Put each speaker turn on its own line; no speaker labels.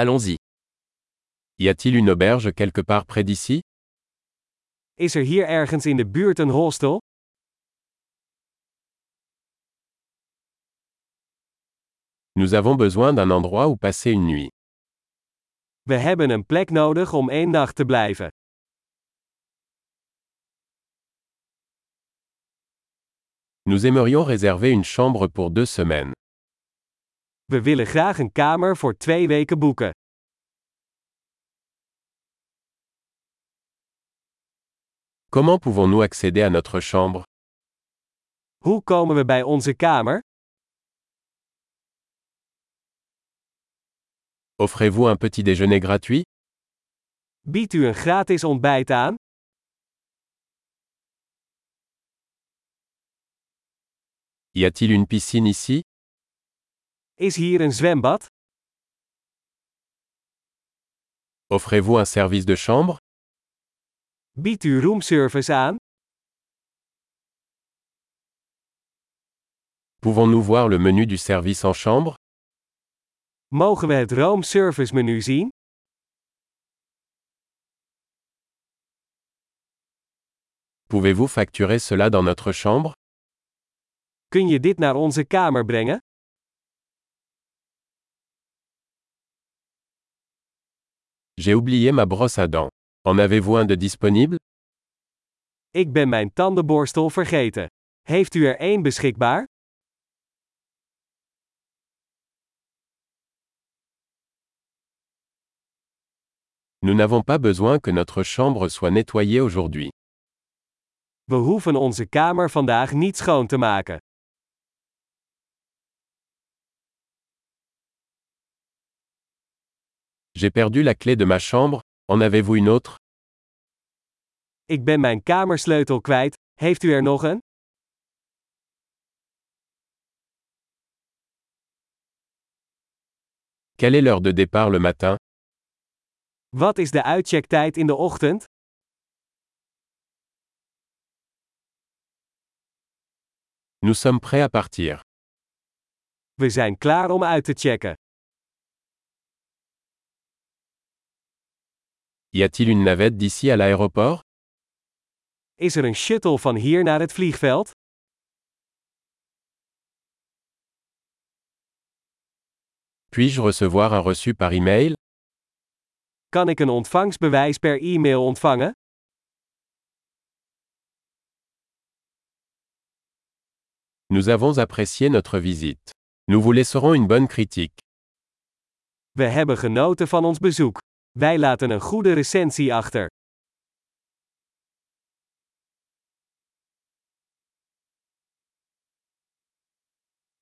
Allons-y. Y a-t-il une auberge quelque part près d'ici
Is er hier ergens in de buurt een hostel?
Nous avons besoin d'un endroit où passer une nuit.
We hebben een plek nodig om één nacht te blijven.
Nous aimerions réserver une chambre pour deux semaines.
We willen graag een kamer voor twee weken boeken.
Comment pouvons-nous accéder à notre chambre
Hoe komen we bij onze kamer?
Offrez-vous un petit déjeuner gratuit
Biedt u een gratis ontbijt aan?
Y a-t-il une piscine ici
Is hier een zwembad?
Offrez-vous un service de chambre
Biedt u roomservice aan?
Pouvons-nous voir le menu du service en chambre
Mogen we het roomservice menu zien?
Pouvez-vous facturer cela dans notre chambre
Kun je dit naar onze kamer brengen?
J'ai oublié ma brosse à dents. En avez-vous un de disponible
Ik ben mijn tandenborstel vergeten. Heeft u er één beschikbaar?
Nous n'avons pas besoin que notre chambre soit nettoyée aujourd'hui.
We hoeven onze kamer vandaag niet schoon te maken.
J'ai perdu la clé de ma chambre, en avez-vous une autre
Ik ben mijn kamersleutel kwijt. Heeft u er nog een?
Quelle est l'heure de départ le matin
Wat is de uitchecktijd in de ochtend?
Nous sommes prêts à partir.
We zijn klaar om uit te checken.
Y a-t-il une navette d'ici à l'aéroport
Is er een shuttle van hier naar het vliegveld?
Puis-je recevoir un reçu par email
Kan ik een ontvangstbewijs per e-mail ontvangen?
Nous avons apprécié notre visite. Nous vous laisserons une bonne critique.
We hebben genoten van ons bezoek. Wij laten een goede recensie achter.